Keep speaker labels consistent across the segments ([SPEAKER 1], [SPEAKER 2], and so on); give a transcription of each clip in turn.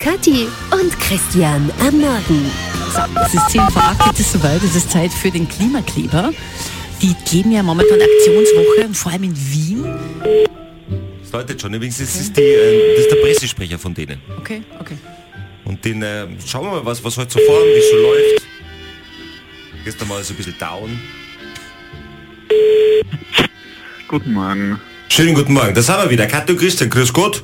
[SPEAKER 1] Kathi und Christian am Morgen.
[SPEAKER 2] Es ist 10 vor 8, es ist soweit, es ist Zeit für den Klimakleber. Die geben ja momentan Aktionswoche und vor allem in Wien.
[SPEAKER 3] Es läutet schon. Übrigens, das ist, die, äh, das ist der Pressesprecher von denen.
[SPEAKER 2] Okay, okay.
[SPEAKER 3] Und den äh, schauen wir mal, was, was heute so vorn, wie es so läuft. Gestern mal so ein bisschen down.
[SPEAKER 4] Guten Morgen.
[SPEAKER 3] Schönen guten Morgen, das haben wir wieder. Katja und Christian, grüß Gott.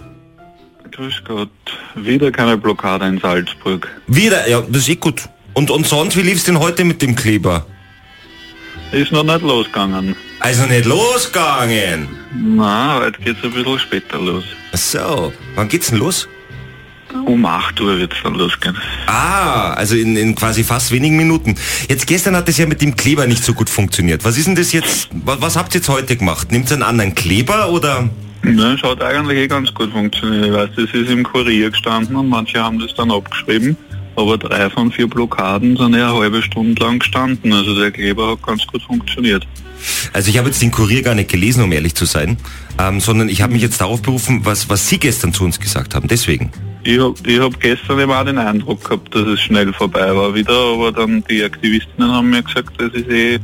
[SPEAKER 4] Grüß Gott. Wieder keine Blockade in Salzburg.
[SPEAKER 3] Wieder, ja, das ist eh gut. Und, und sonst, wie lief's denn heute mit dem Kleber?
[SPEAKER 4] Ist noch nicht losgegangen.
[SPEAKER 3] Also nicht losgegangen.
[SPEAKER 4] Na, heute geht's ein bisschen später los.
[SPEAKER 3] Ach So, wann geht's denn los?
[SPEAKER 4] Um 8 Uhr wird's dann losgehen.
[SPEAKER 3] Ah, also in, in quasi fast wenigen Minuten. Jetzt gestern hat es ja mit dem Kleber nicht so gut funktioniert. Was ist denn das jetzt? Was, was habt ihr jetzt heute gemacht? Nimmt ihr einen anderen Kleber oder?
[SPEAKER 4] Ne, schaut eigentlich eh ganz gut funktioniert. Ich weiß, das ist im Kurier gestanden und manche haben das dann abgeschrieben. Aber drei von vier Blockaden sind ja eine halbe Stunde lang gestanden. Also der Kleber hat ganz gut funktioniert.
[SPEAKER 3] Also ich habe jetzt den Kurier gar nicht gelesen, um ehrlich zu sein, ähm, sondern ich habe mich jetzt darauf berufen, was, was Sie gestern zu uns gesagt haben. Deswegen.
[SPEAKER 4] Ich habe ich hab gestern eben auch den Eindruck gehabt, dass es schnell vorbei war wieder, aber dann die Aktivistinnen haben mir gesagt, es ist eh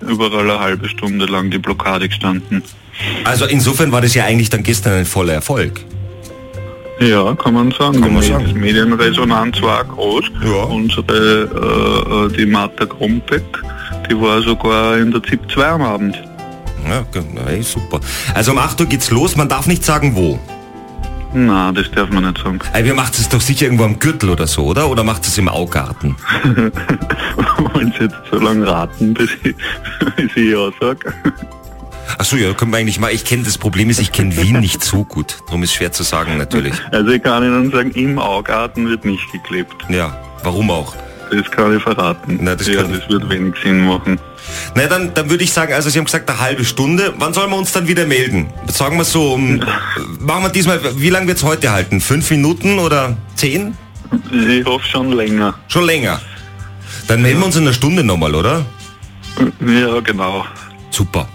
[SPEAKER 4] überall eine halbe Stunde lang die Blockade gestanden.
[SPEAKER 3] Also insofern war das ja eigentlich dann gestern ein voller Erfolg.
[SPEAKER 4] Ja, kann man sagen.
[SPEAKER 3] Kann man
[SPEAKER 4] Die
[SPEAKER 3] sagen.
[SPEAKER 4] Medienresonanz war groß.
[SPEAKER 3] Ja.
[SPEAKER 4] Unsere, äh, äh, die Martha Grumpeck, die war sogar in der ZIP 2 am Abend.
[SPEAKER 3] Ja, ge- ey, super. Also um 8 Uhr geht's los, man darf nicht sagen wo.
[SPEAKER 4] Na, das darf man nicht sagen.
[SPEAKER 3] Ey, wir macht es doch sicher irgendwo am Gürtel oder so, oder? Oder macht es im Augarten?
[SPEAKER 4] Wollen Sie jetzt so lange raten, bis ich, bis ich ja sage?
[SPEAKER 3] Ach so, ja, können wir eigentlich mal. Ich kenne das Problem ist, ich kenne Wien nicht so gut. Darum ist schwer zu sagen natürlich.
[SPEAKER 4] Also ich kann Ihnen sagen, im Augarten wird nicht geklebt.
[SPEAKER 3] Ja, warum auch?
[SPEAKER 4] Das kann ich verraten.
[SPEAKER 3] Na, das
[SPEAKER 4] ja,
[SPEAKER 3] kann ich-
[SPEAKER 4] das wird wenig Sinn machen.
[SPEAKER 3] Na dann, dann würde ich sagen, also Sie haben gesagt eine halbe Stunde. Wann sollen wir uns dann wieder melden? Sagen wir so, um, machen wir diesmal, wie lange wird's heute halten? Fünf Minuten oder zehn?
[SPEAKER 4] Ich hoffe schon länger.
[SPEAKER 3] Schon länger. Dann melden wir uns in einer Stunde nochmal, oder?
[SPEAKER 4] Ja, genau.
[SPEAKER 3] Super.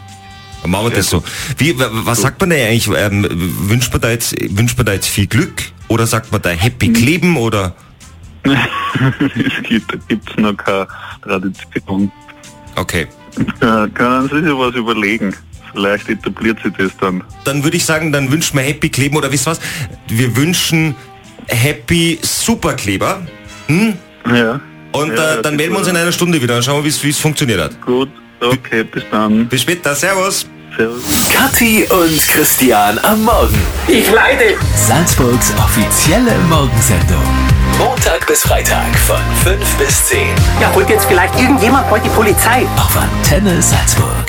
[SPEAKER 3] Dann machen wir das so. Wie, wa- was sagt man da eigentlich? Ähm, wünscht, man da jetzt, wünscht man da jetzt viel Glück? Oder sagt man da Happy Kleben? Oder?
[SPEAKER 4] es gibt, da gibt's noch keine Tradition.
[SPEAKER 3] Okay.
[SPEAKER 4] Ja, können Sie sich was überlegen. Vielleicht etabliert sich das dann.
[SPEAKER 3] dann würde ich sagen, dann wünschen wir Happy Kleben oder wisst ihr was? Wir wünschen Happy Superkleber.
[SPEAKER 4] Ja.
[SPEAKER 3] Und
[SPEAKER 4] Ja,
[SPEAKER 3] äh, dann
[SPEAKER 4] das
[SPEAKER 3] melden wir uns in einer Stunde wieder und schauen, wir, wie es funktioniert hat.
[SPEAKER 4] Gut, okay, bis dann.
[SPEAKER 3] Bis später, Servus.
[SPEAKER 4] Servus.
[SPEAKER 5] Kathi und Christian am Morgen.
[SPEAKER 6] Ich leide.
[SPEAKER 5] Salzburgs offizielle Morgensendung. Montag bis Freitag von 5 bis 10
[SPEAKER 6] Ja, holt jetzt vielleicht irgendjemand heute die Polizei.
[SPEAKER 5] auf Antenne Salzburg.